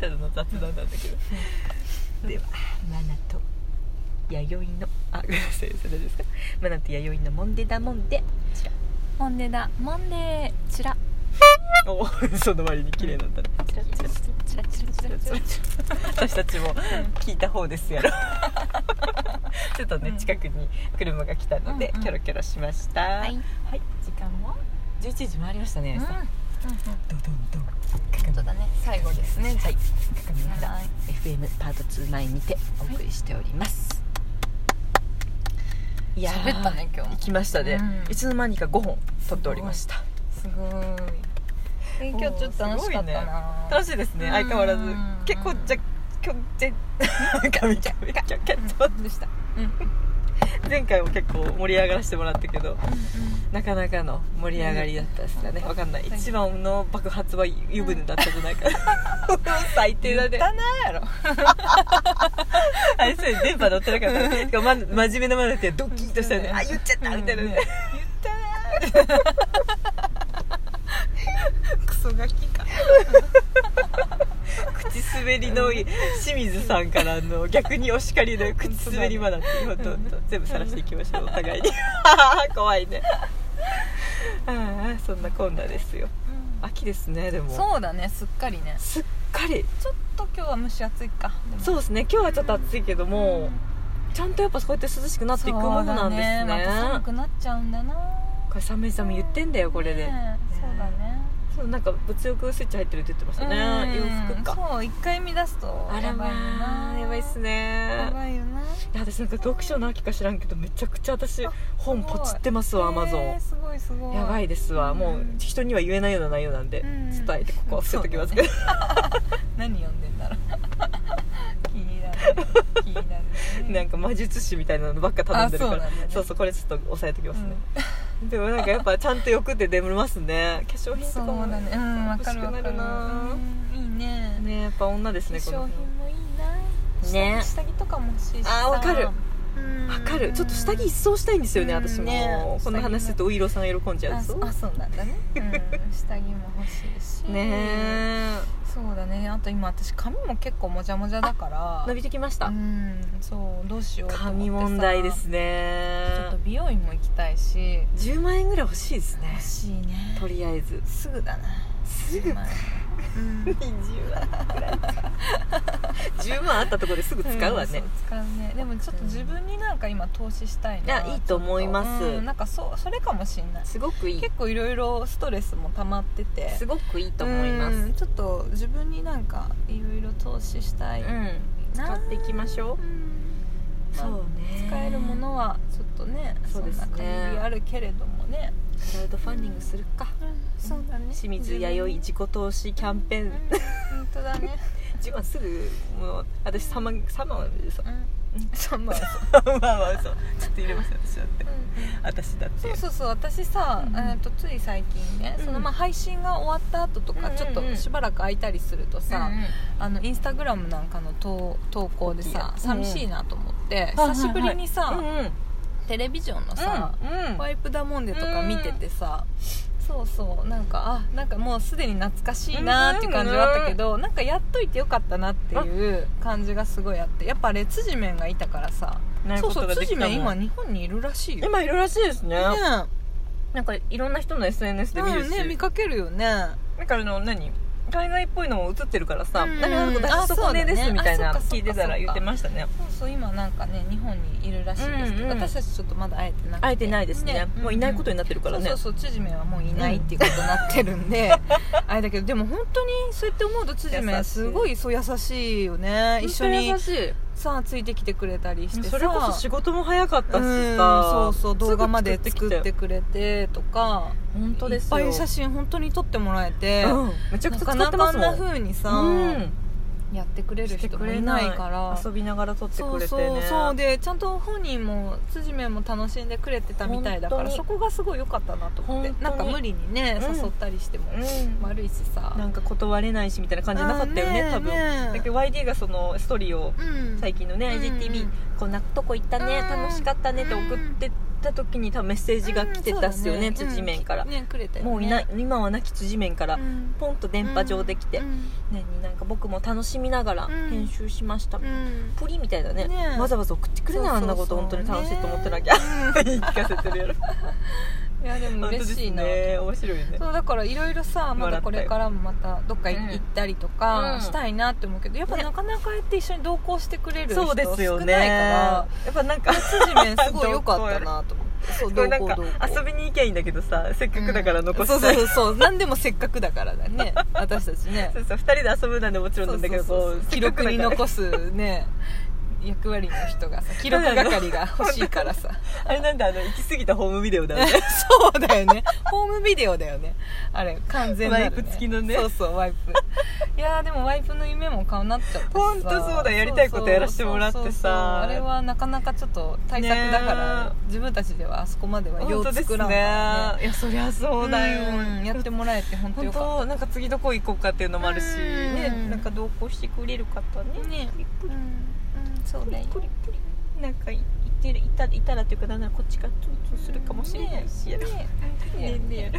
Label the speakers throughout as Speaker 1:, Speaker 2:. Speaker 1: ただの雑談なんだけどではマナと弥生のあごめんなさいそれですかマナと弥生のモンデダモンデチラ
Speaker 2: モンデだモンデーチラ
Speaker 1: お その割に綺麗なんだね
Speaker 2: チラチラチラチラチラチラチ
Speaker 1: 私たちも聞いた方です やろちょっとね
Speaker 2: うん
Speaker 1: 近くに車が来たので
Speaker 2: うんうん
Speaker 1: キョロキョロしました
Speaker 2: ラはい
Speaker 1: はい
Speaker 2: 時間も
Speaker 1: 11時回りました
Speaker 2: うん
Speaker 1: ね
Speaker 2: うん
Speaker 1: さドドンドン
Speaker 2: 本当だね最後ですねじゃあ
Speaker 1: はい鏡原
Speaker 2: はい
Speaker 1: FM パート2前にてお送りしております、いやー
Speaker 2: 喋ったね今日
Speaker 1: 行きましたね、
Speaker 2: うん
Speaker 1: いつの間にか5本撮っておりました
Speaker 2: すごーいえ今日ちょっと楽しかったな
Speaker 1: 楽しいですね
Speaker 2: うん
Speaker 1: 相変わらず
Speaker 2: うん
Speaker 1: 結構じゃ今日ぜ 神 々今日結構でした
Speaker 2: うんうん
Speaker 1: 前回も結構盛り上がらせてもらったけどなかなかの盛り上がりだったですかねわかんない
Speaker 2: はい
Speaker 1: 一番の爆発は湯船だったじゃないかな 最低だね
Speaker 2: 言ったなやろ
Speaker 1: あれそれ電波乗ってなかったねてかま真面目なマナってドキッとしたよね
Speaker 2: うん
Speaker 1: あ言っちゃったみたいな
Speaker 2: うん
Speaker 1: ね
Speaker 2: 言った
Speaker 1: クソガキか口滑りの清水さんからの逆にお叱りの口滑りマナって本当本当全部晒していきましょうお互 いに怖いねああそんなこんなですよ秋ですねでも
Speaker 2: そうだねすっかりね
Speaker 1: すっかり
Speaker 2: ちょっと今日は蒸し暑いかでも
Speaker 1: そうですね今日はちょっと暑いけども、ちゃんとやっぱそうやって涼しくなっていくものなんですね
Speaker 2: そうだまた寒くなっちゃうんだな
Speaker 1: これ寒い寒い言ってんだよこれで、
Speaker 2: ねえそうだね
Speaker 1: そうなんか物欲スイッチ入ってるって言ってましたね
Speaker 2: うん
Speaker 1: 洋服か
Speaker 2: そう一回見出すと
Speaker 1: あら
Speaker 2: やばいよ
Speaker 1: ま
Speaker 2: な
Speaker 1: あやばいっすね
Speaker 2: やばいよない
Speaker 1: や私なんか読書の秋か知らんけどめちゃくちゃ私本ポチってますわアマゾ
Speaker 2: えー
Speaker 1: ン
Speaker 2: すごいすごい
Speaker 1: やばいですわ
Speaker 2: うん
Speaker 1: もう人には言えないような内容なんで
Speaker 2: うん
Speaker 1: 伝えてここは伏せときますけど
Speaker 2: 何読んでんだろう 気になる気になるね
Speaker 1: なんか魔術師みたいなのばっか頼んでるか
Speaker 2: あ
Speaker 1: ら
Speaker 2: そうなんだね
Speaker 1: そうそうこれちょっと押さえときますね
Speaker 2: う
Speaker 1: でもなんかやっぱちゃんと欲って出ますね化粧
Speaker 2: ん
Speaker 1: 品と
Speaker 2: そ
Speaker 1: か
Speaker 2: う
Speaker 1: も
Speaker 2: だねうんわ
Speaker 1: 欲
Speaker 2: か
Speaker 1: し
Speaker 2: る
Speaker 1: く
Speaker 2: わか
Speaker 1: なる
Speaker 2: る
Speaker 1: な
Speaker 2: うんいいね
Speaker 1: ねやっぱ女です
Speaker 2: 化
Speaker 1: ねこ
Speaker 2: 粧
Speaker 1: の
Speaker 2: 品もいいな
Speaker 1: ね
Speaker 2: 下着下着とかも欲しいしさ
Speaker 1: あーわかる
Speaker 2: うん
Speaker 1: わかるちょっと下着一掃したいんですよね
Speaker 2: うん
Speaker 1: 私も
Speaker 2: ね
Speaker 1: この話するとお色さん喜んじゃう
Speaker 2: あ
Speaker 1: ぞ
Speaker 2: そあそうなんだね、うん、下着も欲しいし
Speaker 1: ねえ
Speaker 2: そうだねあと今私髪も結構もじゃもじゃだから
Speaker 1: 伸びてきました
Speaker 2: うんそうどうしようと思ってさ
Speaker 1: 紙問題です
Speaker 2: ちょっと
Speaker 1: ね
Speaker 2: 美容院も行きたいし
Speaker 1: 10万円ぐらい欲しいですね
Speaker 2: 欲しいね
Speaker 1: とりあえず
Speaker 2: すぐだな
Speaker 1: すぐ
Speaker 2: 10万円うん
Speaker 1: 20万ぐらい10万あったところですぐ使うわね
Speaker 2: ん、そう使うねでもちょっと自分になんか今投資したいない
Speaker 1: いやいいと思います
Speaker 2: ちょっとうんなんかそうそれかもしんない
Speaker 1: すごくいい
Speaker 2: 結構いろいろストレスも溜まってて
Speaker 1: すごくいいと思いま
Speaker 2: う
Speaker 1: す
Speaker 2: んちょっと自分になんかいろいろ投資したい、
Speaker 1: うん使っていきましょう
Speaker 2: うんまあ
Speaker 1: ね
Speaker 2: 使えるものはちょっとね
Speaker 1: そうですね
Speaker 2: んな限りあるけれどもね、
Speaker 1: クラウドファンディングするかそう
Speaker 2: だね
Speaker 1: 清水弥生自己投資キャンペーン
Speaker 2: 本当だね、
Speaker 1: 10万すぐもう私3万3万は嘘
Speaker 2: うん、そうまあ
Speaker 1: 3万は嘘ちょっと入れました私だって私だっ
Speaker 2: そ
Speaker 1: て
Speaker 2: うそうそう私さ、
Speaker 1: うん
Speaker 2: えー、とつい最近ね、
Speaker 1: うん
Speaker 2: そのまあ配信が終わった後とか、
Speaker 1: うんうんうん
Speaker 2: ちょっとしばらく空いたりするとさ、
Speaker 1: うんうん
Speaker 2: あのインスタグラムなんかの投投稿でさ
Speaker 1: うん
Speaker 2: 寂しいなと思って、
Speaker 1: はいはいはい
Speaker 2: 久しぶりにさ、
Speaker 1: うんうん
Speaker 2: テレビジョンのさ、
Speaker 1: うん
Speaker 2: ワイプダモンデとか見ててさ、そうそうなんかあなんかもうすでに懐かしいなーっていう感じはあったけど、なんかやっといてよかったなっていう感じがすごいあってやっぱあれ辻面がいたからさ
Speaker 1: なる
Speaker 2: そ
Speaker 1: こ
Speaker 2: う
Speaker 1: と
Speaker 2: そう
Speaker 1: ができ
Speaker 2: 辻
Speaker 1: たもん
Speaker 2: 面今日本にいるらしいよね
Speaker 1: 今いるらしいですね
Speaker 2: え
Speaker 1: なんかいろんな人の SNS で見る
Speaker 2: う
Speaker 1: し、
Speaker 2: んね見かけるよね
Speaker 1: なんかあの何海外っぽいのも映ってるからさ「
Speaker 2: うん
Speaker 1: 何々のこと
Speaker 2: あ
Speaker 1: あそこね
Speaker 2: そうだ
Speaker 1: で
Speaker 2: ね
Speaker 1: す」みたいな
Speaker 2: あそっかそっか
Speaker 1: 聞いてたら
Speaker 2: そっか
Speaker 1: 言ってましたね
Speaker 2: そうそう今なんかね日本にいるらしいですけど、
Speaker 1: うんうん
Speaker 2: 私たちちょっとまだ会えてなくて
Speaker 1: 会えてないですねもういないことになってるからね
Speaker 2: そうそうそう辻面はもういないっていうことになってるんで、 あれだけどでも本当にそうやって思うと辻
Speaker 1: 優しい
Speaker 2: 面すごいそう優しいよね一緒に
Speaker 1: 本当優し
Speaker 2: さあついてきてくれたりして
Speaker 1: い
Speaker 2: さ
Speaker 1: それこそ仕事も早かったし
Speaker 2: うん
Speaker 1: さ
Speaker 2: そうそう動画まで作って
Speaker 1: く
Speaker 2: くれてとか
Speaker 1: 本当です
Speaker 2: い
Speaker 1: よ
Speaker 2: っぱい写真本当に撮ってもらえて、
Speaker 1: うんめちゃくちゃ使
Speaker 2: な
Speaker 1: ってま
Speaker 2: かな
Speaker 1: す
Speaker 2: かあ
Speaker 1: も
Speaker 2: んなん風にさ、
Speaker 1: うん
Speaker 2: やってくれる人もいないから
Speaker 1: 遊びながら撮って
Speaker 2: そ
Speaker 1: く
Speaker 2: う
Speaker 1: れて
Speaker 2: そ
Speaker 1: ね
Speaker 2: うそうでちゃんと本人も辻面も楽しんでくれてたみたいだか
Speaker 1: 本当に
Speaker 2: らそこがすごい良かったなと思って
Speaker 1: 本当に
Speaker 2: なんか無理にね、
Speaker 1: うん
Speaker 2: 誘ったりしても
Speaker 1: うん
Speaker 2: 悪いしさ
Speaker 1: なんか断れないしみたいな感じなかったよね
Speaker 2: あー
Speaker 1: 多分
Speaker 2: ね
Speaker 1: だけど YD がそのストーリーを
Speaker 2: うん
Speaker 1: 最近のね
Speaker 2: うん
Speaker 1: IGTV、こんなとこ行ったね、
Speaker 2: うん
Speaker 1: 楽しかったねって送ってった時に多分メッセージが来てたっすよね、
Speaker 2: うんそうだ
Speaker 1: 辻面から、
Speaker 2: うんねくれたよね
Speaker 1: もういない今は亡き辻面から、
Speaker 2: うん
Speaker 1: ポンと電波上できて、
Speaker 2: うん
Speaker 1: ねになんか僕も楽しみながら
Speaker 2: うん
Speaker 1: 編集しました、
Speaker 2: うん
Speaker 1: プリみたいだね
Speaker 2: ね
Speaker 1: わざわざ送ってくれない
Speaker 2: そう
Speaker 1: あ
Speaker 2: そ
Speaker 1: ん
Speaker 2: うそう
Speaker 1: なこと本当に楽しいと思ってなきゃ、 言い聞かせてるやろ
Speaker 2: いやでも嬉しいな
Speaker 1: 本当ですね面白いね
Speaker 2: そうだからいろいろさまだこれからもまたどっかい
Speaker 1: うん
Speaker 2: 行ったりと
Speaker 1: う
Speaker 2: か
Speaker 1: ん
Speaker 2: したいなって思うけどやっぱなかなかやって一緒に同行してくれる人
Speaker 1: そう
Speaker 2: 少ない
Speaker 1: で
Speaker 2: か
Speaker 1: すよね
Speaker 2: ら
Speaker 1: やっぱなんか
Speaker 2: 辻面すごい良かったなと思ってそう
Speaker 1: こ
Speaker 2: 同
Speaker 1: れなん
Speaker 2: 行
Speaker 1: か
Speaker 2: 同行
Speaker 1: 遊びに行きゃいいんだけどさせっかくだから残したい、
Speaker 2: うんそうそうそうそう何でもせっかくだからだね私たちね
Speaker 1: そうそう2人で遊ぶなんでもちろんなんだけど
Speaker 2: そうそうそう
Speaker 1: こう
Speaker 2: 記録に
Speaker 1: せっかくだから
Speaker 2: 残す ね役割の人がさ記録係が欲しいからさ
Speaker 1: あれなんだあの行き過ぎたホームビデオだよね
Speaker 2: そうだよねホームビデオだよねあれ完全なる、ね、
Speaker 1: ワイプ付きのね
Speaker 2: そうそうワイプいやーでもワイプの夢も叶っちゃったしさ
Speaker 1: ほんとそうだやりたいことやらせてもらってさ
Speaker 2: そうそうそうあれはなかなかちょっと対策だから、
Speaker 1: ね
Speaker 2: 自分たちではあそこまではよ
Speaker 1: 本当
Speaker 2: う
Speaker 1: です
Speaker 2: 作
Speaker 1: ね
Speaker 2: らんからね
Speaker 1: いやそりゃそうだよ、
Speaker 2: うんやってもらえて本当
Speaker 1: 本
Speaker 2: よかった
Speaker 1: 当なんか次どこ行こうかっていうのもあるし、
Speaker 2: うん
Speaker 1: ねなんか同行してくれる方ね
Speaker 2: ね
Speaker 1: プリプリ
Speaker 2: うん、そう
Speaker 1: プ
Speaker 2: だ
Speaker 1: リ
Speaker 2: よ
Speaker 1: プリプリなんかいってるいたいたらというかなんならこっちがツンツンするかもしれないし、
Speaker 2: ね
Speaker 1: ねね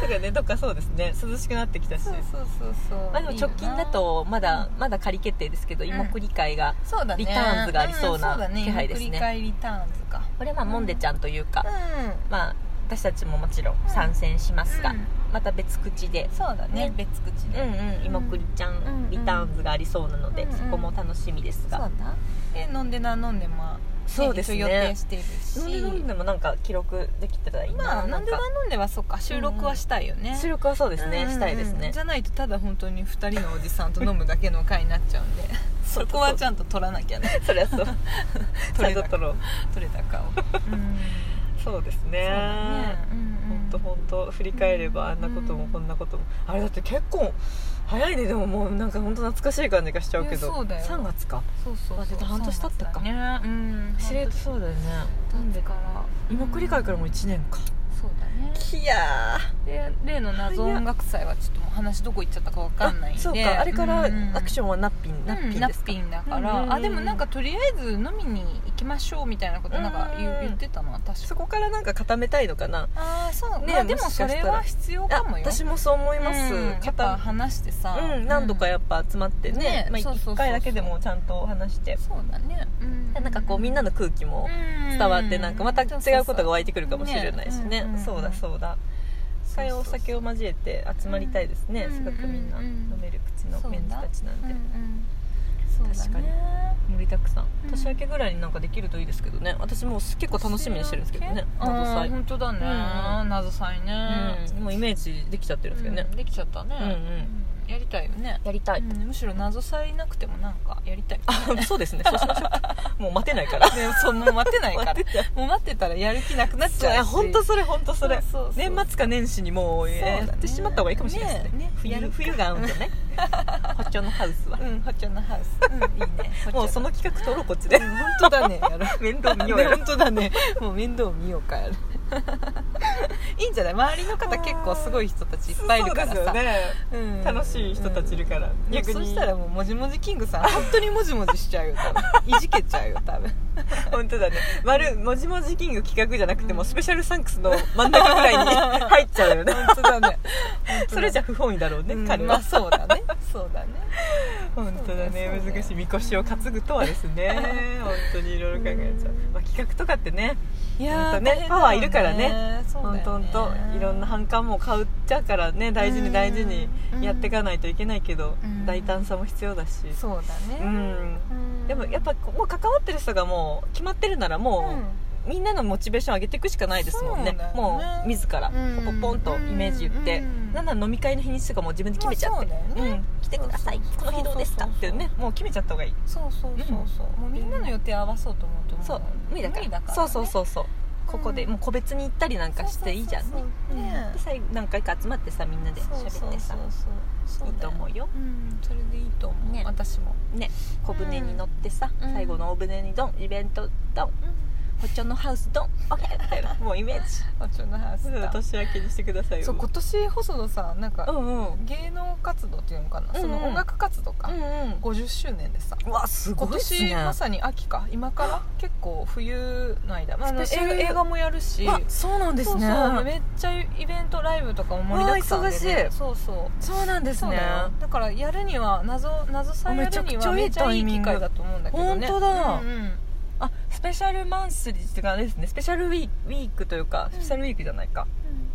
Speaker 1: とかねどっかそうですね涼しくなってきたし
Speaker 2: そうそうそうそう
Speaker 1: まあ、でも直近だとまだまだ仮決定ですけど
Speaker 2: ん
Speaker 1: 芋繰り会が、
Speaker 2: そうだね
Speaker 1: リターンズがありそうな
Speaker 2: うんだね
Speaker 1: 気配ですね
Speaker 2: 繰り返リターンズか
Speaker 1: これはまあ
Speaker 2: うん
Speaker 1: もんでちゃんというか、
Speaker 2: う
Speaker 1: まあ私たちももちろん参戦しますが、
Speaker 2: うん
Speaker 1: また別口で
Speaker 2: んそうだね
Speaker 1: ね
Speaker 2: 別口
Speaker 1: う
Speaker 2: で、
Speaker 1: んうん芋栗ちゃん、
Speaker 2: うんうん
Speaker 1: リターンズがありそうなので、
Speaker 2: うんうん
Speaker 1: そこも楽しみです
Speaker 2: そう
Speaker 1: が、
Speaker 2: だで飲んでな飲んでまあね
Speaker 1: そうですね
Speaker 2: 一応予定しているし
Speaker 1: 飲んで飲んでもなんか記録できてたらいいな,、
Speaker 2: まあ
Speaker 1: な
Speaker 2: 飲
Speaker 1: ん
Speaker 2: んで
Speaker 1: か
Speaker 2: な飲んではそうか収録はしたいよね、
Speaker 1: 収録はそうですね、
Speaker 2: うんうんうん
Speaker 1: したいですね
Speaker 2: じゃないとただ本当に2人のおじさんと飲むだけの回になっちゃうんでそこはちゃんと取らなきゃね
Speaker 1: そりゃ そうちゃんと撮ろう
Speaker 2: 取れたかを、
Speaker 1: そうです
Speaker 2: そう
Speaker 1: ね
Speaker 2: だね、うんうん
Speaker 1: 本当本当振り返ればあんなこともこんなことも、あれだって結構早いねでももうなんか本当懐かしい感じがしちゃうけど
Speaker 2: いやそうだよ
Speaker 1: 3月か
Speaker 2: そうそう
Speaker 1: あでも半年経ったか
Speaker 2: そうなんだねうん
Speaker 1: 知れとそうだよね
Speaker 2: なんでから
Speaker 1: 今繰り返からもう1年か
Speaker 2: そうだね
Speaker 1: いや
Speaker 2: で例の謎音楽祭はちょっともう話どこ行っちゃったかわかんないんで
Speaker 1: そうかあれからアクショ
Speaker 2: ョン
Speaker 1: ンはナッピン、ナッピン
Speaker 2: ナ
Speaker 1: です
Speaker 2: ッ
Speaker 1: か
Speaker 2: ピンだから、
Speaker 1: うんうんうん
Speaker 2: あでもなんかとりあえず飲みに行きましょうみたいなことなんか言,、
Speaker 1: うん
Speaker 2: 言ってたな確
Speaker 1: そ
Speaker 2: か
Speaker 1: こからなんか固めたいのかな
Speaker 2: ああそう
Speaker 1: ね
Speaker 2: ね、まあでもそれは必要か
Speaker 1: あ
Speaker 2: もよ
Speaker 1: 私もそう思い
Speaker 2: うん
Speaker 1: ます、
Speaker 2: やっぱ話してさ、
Speaker 1: うん、何度かやっぱ集まってね,、
Speaker 2: ね
Speaker 1: まあ、
Speaker 2: そうそうそうそう
Speaker 1: 1回だけでもちゃんと話して
Speaker 2: そうだね、うん、
Speaker 1: なんかこうみんなの空気も伝わってなんかまた違うことが湧いてくるかもしれないしね
Speaker 2: うん
Speaker 1: そうだそうだ一回お酒を交えて集まりたいですね
Speaker 2: うん
Speaker 1: すごくみんな
Speaker 2: うん
Speaker 1: 飲める口のメンズたちなん
Speaker 2: うんう
Speaker 1: で
Speaker 2: んそうだね
Speaker 1: 確かに盛りだくさん
Speaker 2: うん
Speaker 1: 年明けぐらいになんかできるといいですけどね私もう結構楽しみにしてるんですけどね謎
Speaker 2: 謎祭
Speaker 1: 祭
Speaker 2: 本当だね、
Speaker 1: うん
Speaker 2: 謎祭ね、
Speaker 1: うんもうイメージできちゃってるんですけどね
Speaker 2: うんできちゃったね、
Speaker 1: うんうん
Speaker 2: うんやりたいよね、
Speaker 1: やりたい
Speaker 2: うんむしろ謎祭なくてもなんかやりたい
Speaker 1: あそうですねそうしましょ うもう待てないから
Speaker 2: でもそうもう待て ないから
Speaker 1: 待てない
Speaker 2: もう待ってたらやる気なくなっち
Speaker 1: そうい
Speaker 2: ゃ
Speaker 1: や
Speaker 2: うし
Speaker 1: 本当それ本当それ
Speaker 2: そうそうそう
Speaker 1: 年末か年始にもう
Speaker 2: そうだね
Speaker 1: やってしまった方がいいかもしれないですね
Speaker 2: ねや
Speaker 1: 冬
Speaker 2: るか
Speaker 1: 冬が合うんじゃない ホチョのハウスは
Speaker 2: うんホチョのハウス、うん、いいね
Speaker 1: もうその企画取ろうこっちで
Speaker 2: 本当だねや ろう
Speaker 1: 面倒見よう
Speaker 2: ね
Speaker 1: や
Speaker 2: 本当 だねもう面倒見ようかやるいいんじゃない周りの方結構すごい人たちいっぱいいるから
Speaker 1: そうです
Speaker 2: さ
Speaker 1: よね
Speaker 2: うん
Speaker 1: 楽しい人たちいるから、
Speaker 2: うん
Speaker 1: 逆に
Speaker 2: そうしたらもうもじもじキン グさん本当にもじもじしちゃうよ多分いじけちゃうよ多分
Speaker 1: 本当だね丸もじもじキング企画じゃなくても、スペシャルサンクスの真ん中ぐらいに入っちゃうよ ね
Speaker 2: 本当だね
Speaker 1: それじゃ不本意だろうね、
Speaker 2: ね
Speaker 1: 彼
Speaker 2: 彼は、ま
Speaker 1: は
Speaker 2: あ、そうだ ねそうだね
Speaker 1: 本当だね
Speaker 2: そうだね
Speaker 1: 難しいみこしを担ぐとはです ね本当にいろいろ考えちゃう、まあ、企画とかってね
Speaker 2: い
Speaker 1: やー
Speaker 2: や
Speaker 1: 大変だろうね
Speaker 2: そうだよ
Speaker 1: 本
Speaker 2: ね
Speaker 1: 当本当いろんな反感も買っちゃうからね大事に大事にやっていかないといけないけど、
Speaker 2: うん
Speaker 1: 大胆さも必要だし
Speaker 2: そうだね、
Speaker 1: うん
Speaker 2: うん
Speaker 1: でもやっぱこうもう関わってる人がもう決まってるならもう、みんなのモチベーション上げていくしかないですもんね
Speaker 2: そうだよね
Speaker 1: もう自ら
Speaker 2: うん
Speaker 1: ポンポンとイメージ言って、
Speaker 2: うん
Speaker 1: なんなら飲み会の日にちとかもう自分で決めちゃって、
Speaker 2: まあそうだよね
Speaker 1: ん、来てください
Speaker 2: そうそう
Speaker 1: この日どうですか
Speaker 2: そう
Speaker 1: っ
Speaker 2: そうそう
Speaker 1: てねもう決めちゃった方がいい
Speaker 2: そうそうそうそう、もうみんなの予定合わそうと思うとも
Speaker 1: そう無理だから
Speaker 2: ね
Speaker 1: そうそうそうそうここでもう個別に行ったりなんかしていいじゃんね
Speaker 2: そうそうそうそうね
Speaker 1: うんで最後何回か集まってさみんなで喋ってさ
Speaker 2: そうそうそう
Speaker 1: いいと思うよ
Speaker 2: うんそれでいいと思う、
Speaker 1: ね
Speaker 2: 私も、
Speaker 1: ね小舟に乗ってさ、
Speaker 2: うん
Speaker 1: 最後の大船にドンイベントドンホッチョンのハウスドンオッケーみたい なもうイメージ
Speaker 2: あちょっと話した
Speaker 1: 明けにしてください
Speaker 2: そう今年細野さんなんか、
Speaker 1: うんうん
Speaker 2: 芸能活動っていうのかかな、
Speaker 1: うんうん
Speaker 2: その音楽活動か、
Speaker 1: ん
Speaker 2: 50周年でさ
Speaker 1: うんわす
Speaker 2: 今
Speaker 1: ごいっすね
Speaker 2: 年まさに秋か今から結構冬の間、まあ、あの
Speaker 1: スペシャル
Speaker 2: 映映画もやるし
Speaker 1: わそうなんですね
Speaker 2: そうそうめっちゃイベントライブとかも盛りだくさんで、ね、
Speaker 1: わあ忙しい
Speaker 2: そうそう
Speaker 1: そうなんです
Speaker 2: そう
Speaker 1: ね
Speaker 2: だよだからやるには謎謎さんやるにはめ
Speaker 1: め
Speaker 2: っち
Speaker 1: ち
Speaker 2: ゃ
Speaker 1: ゃくちゃ
Speaker 2: い
Speaker 1: いいタイ
Speaker 2: い
Speaker 1: ミ
Speaker 2: 機
Speaker 1: ング
Speaker 2: 会だと思うんだけどね
Speaker 1: 本当だ
Speaker 2: うんうん
Speaker 1: あスペシャルマンスリーっていうかあれですねスペシャルウィーウィークというかスペシャルウィークじゃないか、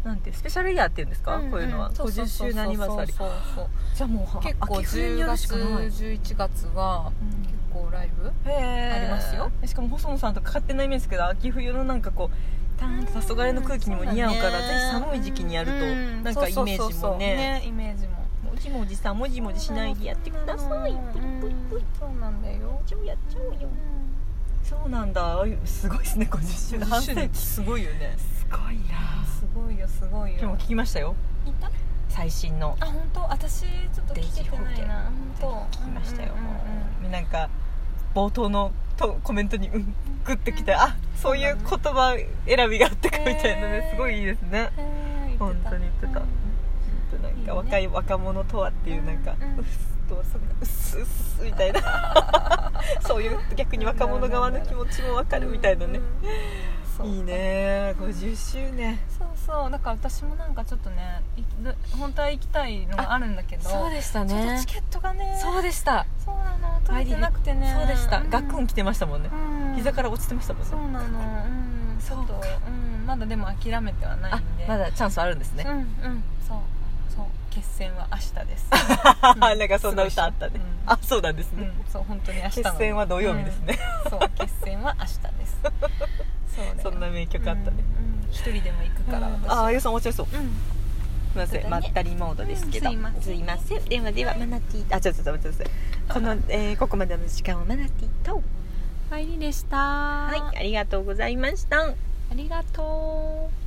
Speaker 1: なんてスペシャルイヤーっていうんですか、こういうのは50周年アニバーサリー
Speaker 2: そうそうそう
Speaker 1: じゃあもう
Speaker 2: そう結構
Speaker 1: 秋冬に
Speaker 2: 10
Speaker 1: やるし
Speaker 2: 月
Speaker 1: かない
Speaker 2: 11月は
Speaker 1: うん
Speaker 2: 結構ライブ
Speaker 1: へえ
Speaker 2: ありますよ
Speaker 1: しかも細野さんとか勝手なイメージですけど秋冬のなんかこうターンと黄昏の空気にも似合うからぜ
Speaker 2: そだね
Speaker 1: ひ寒い時期にやると
Speaker 2: うん
Speaker 1: なんかイメー
Speaker 2: そう
Speaker 1: ジ
Speaker 2: そうそ
Speaker 1: も
Speaker 2: う
Speaker 1: ね
Speaker 2: イメージも
Speaker 1: もじもじさもじもじしないでやってください
Speaker 2: うん
Speaker 1: ぷりぷりぷり
Speaker 2: そうなんだよ
Speaker 1: ちょやっちゃおうよ
Speaker 2: う
Speaker 1: そうなんだすごいですね50周
Speaker 2: ん
Speaker 1: 年半世紀す
Speaker 2: すごいよね
Speaker 1: ごいな
Speaker 2: すごいよすごい
Speaker 1: 今
Speaker 2: よ
Speaker 1: 日も聞きましたよ
Speaker 2: 聞いた
Speaker 1: 最新の
Speaker 2: あ本当私ちょっと聞けてないな本当
Speaker 1: 聞きましたよ
Speaker 2: うんうんうん
Speaker 1: なんか冒頭のとコメントにうんグッてきてあそういう言葉選びがあったかみたいな
Speaker 2: へ
Speaker 1: ね
Speaker 2: ー
Speaker 1: すごいいいですね
Speaker 2: うんへー
Speaker 1: 本当に言ってた
Speaker 2: うん
Speaker 1: ほんとなん
Speaker 2: いいね
Speaker 1: か若い若者とはっていうなんか
Speaker 2: うん
Speaker 1: うっすとそんなうっすうっすみたいな そういう逆に若者側の気持ちもわかるみたいなね
Speaker 2: うんうんそう
Speaker 1: いいね50周年
Speaker 2: そうそうだから私もなんかちょっとねい本当は行きたいのがあるんだけど
Speaker 1: でした
Speaker 2: ちょっとチケットがね
Speaker 1: そうでした
Speaker 2: そうなの取れてなくてね
Speaker 1: そうでした
Speaker 2: ん
Speaker 1: ガクン来てましたもんね
Speaker 2: うん
Speaker 1: 膝から落ちてましたもんね
Speaker 2: そうなのうんちょっとうんまだでも諦めてはない
Speaker 1: あ
Speaker 2: んで
Speaker 1: まだチャンスあるんですね
Speaker 2: うんうんそうそう決戦は明日 です
Speaker 1: あなんかそんな歌あったね、
Speaker 2: うん
Speaker 1: あそうなんです
Speaker 2: う
Speaker 1: ね、
Speaker 2: んそう本当に明日な
Speaker 1: 決
Speaker 2: の
Speaker 1: 戦は土曜日ですね、
Speaker 2: うんそう決戦は明日ですそうだよ
Speaker 1: そんな名曲あったね、
Speaker 2: うんうん一人でも行く
Speaker 1: だから
Speaker 2: か
Speaker 1: ら
Speaker 2: 私
Speaker 1: ああゆうさん面白そうす
Speaker 2: うん
Speaker 1: みません、
Speaker 2: そうだ
Speaker 1: ま
Speaker 2: ね
Speaker 1: ったりモードですけど、
Speaker 2: うんすいません
Speaker 1: ませんではではマナティーあちょっと待ってくださいこの、えーここまでの時間をマナティーと
Speaker 2: 入りでした
Speaker 1: は
Speaker 2: はい
Speaker 1: ありがとうございました
Speaker 2: ありがとう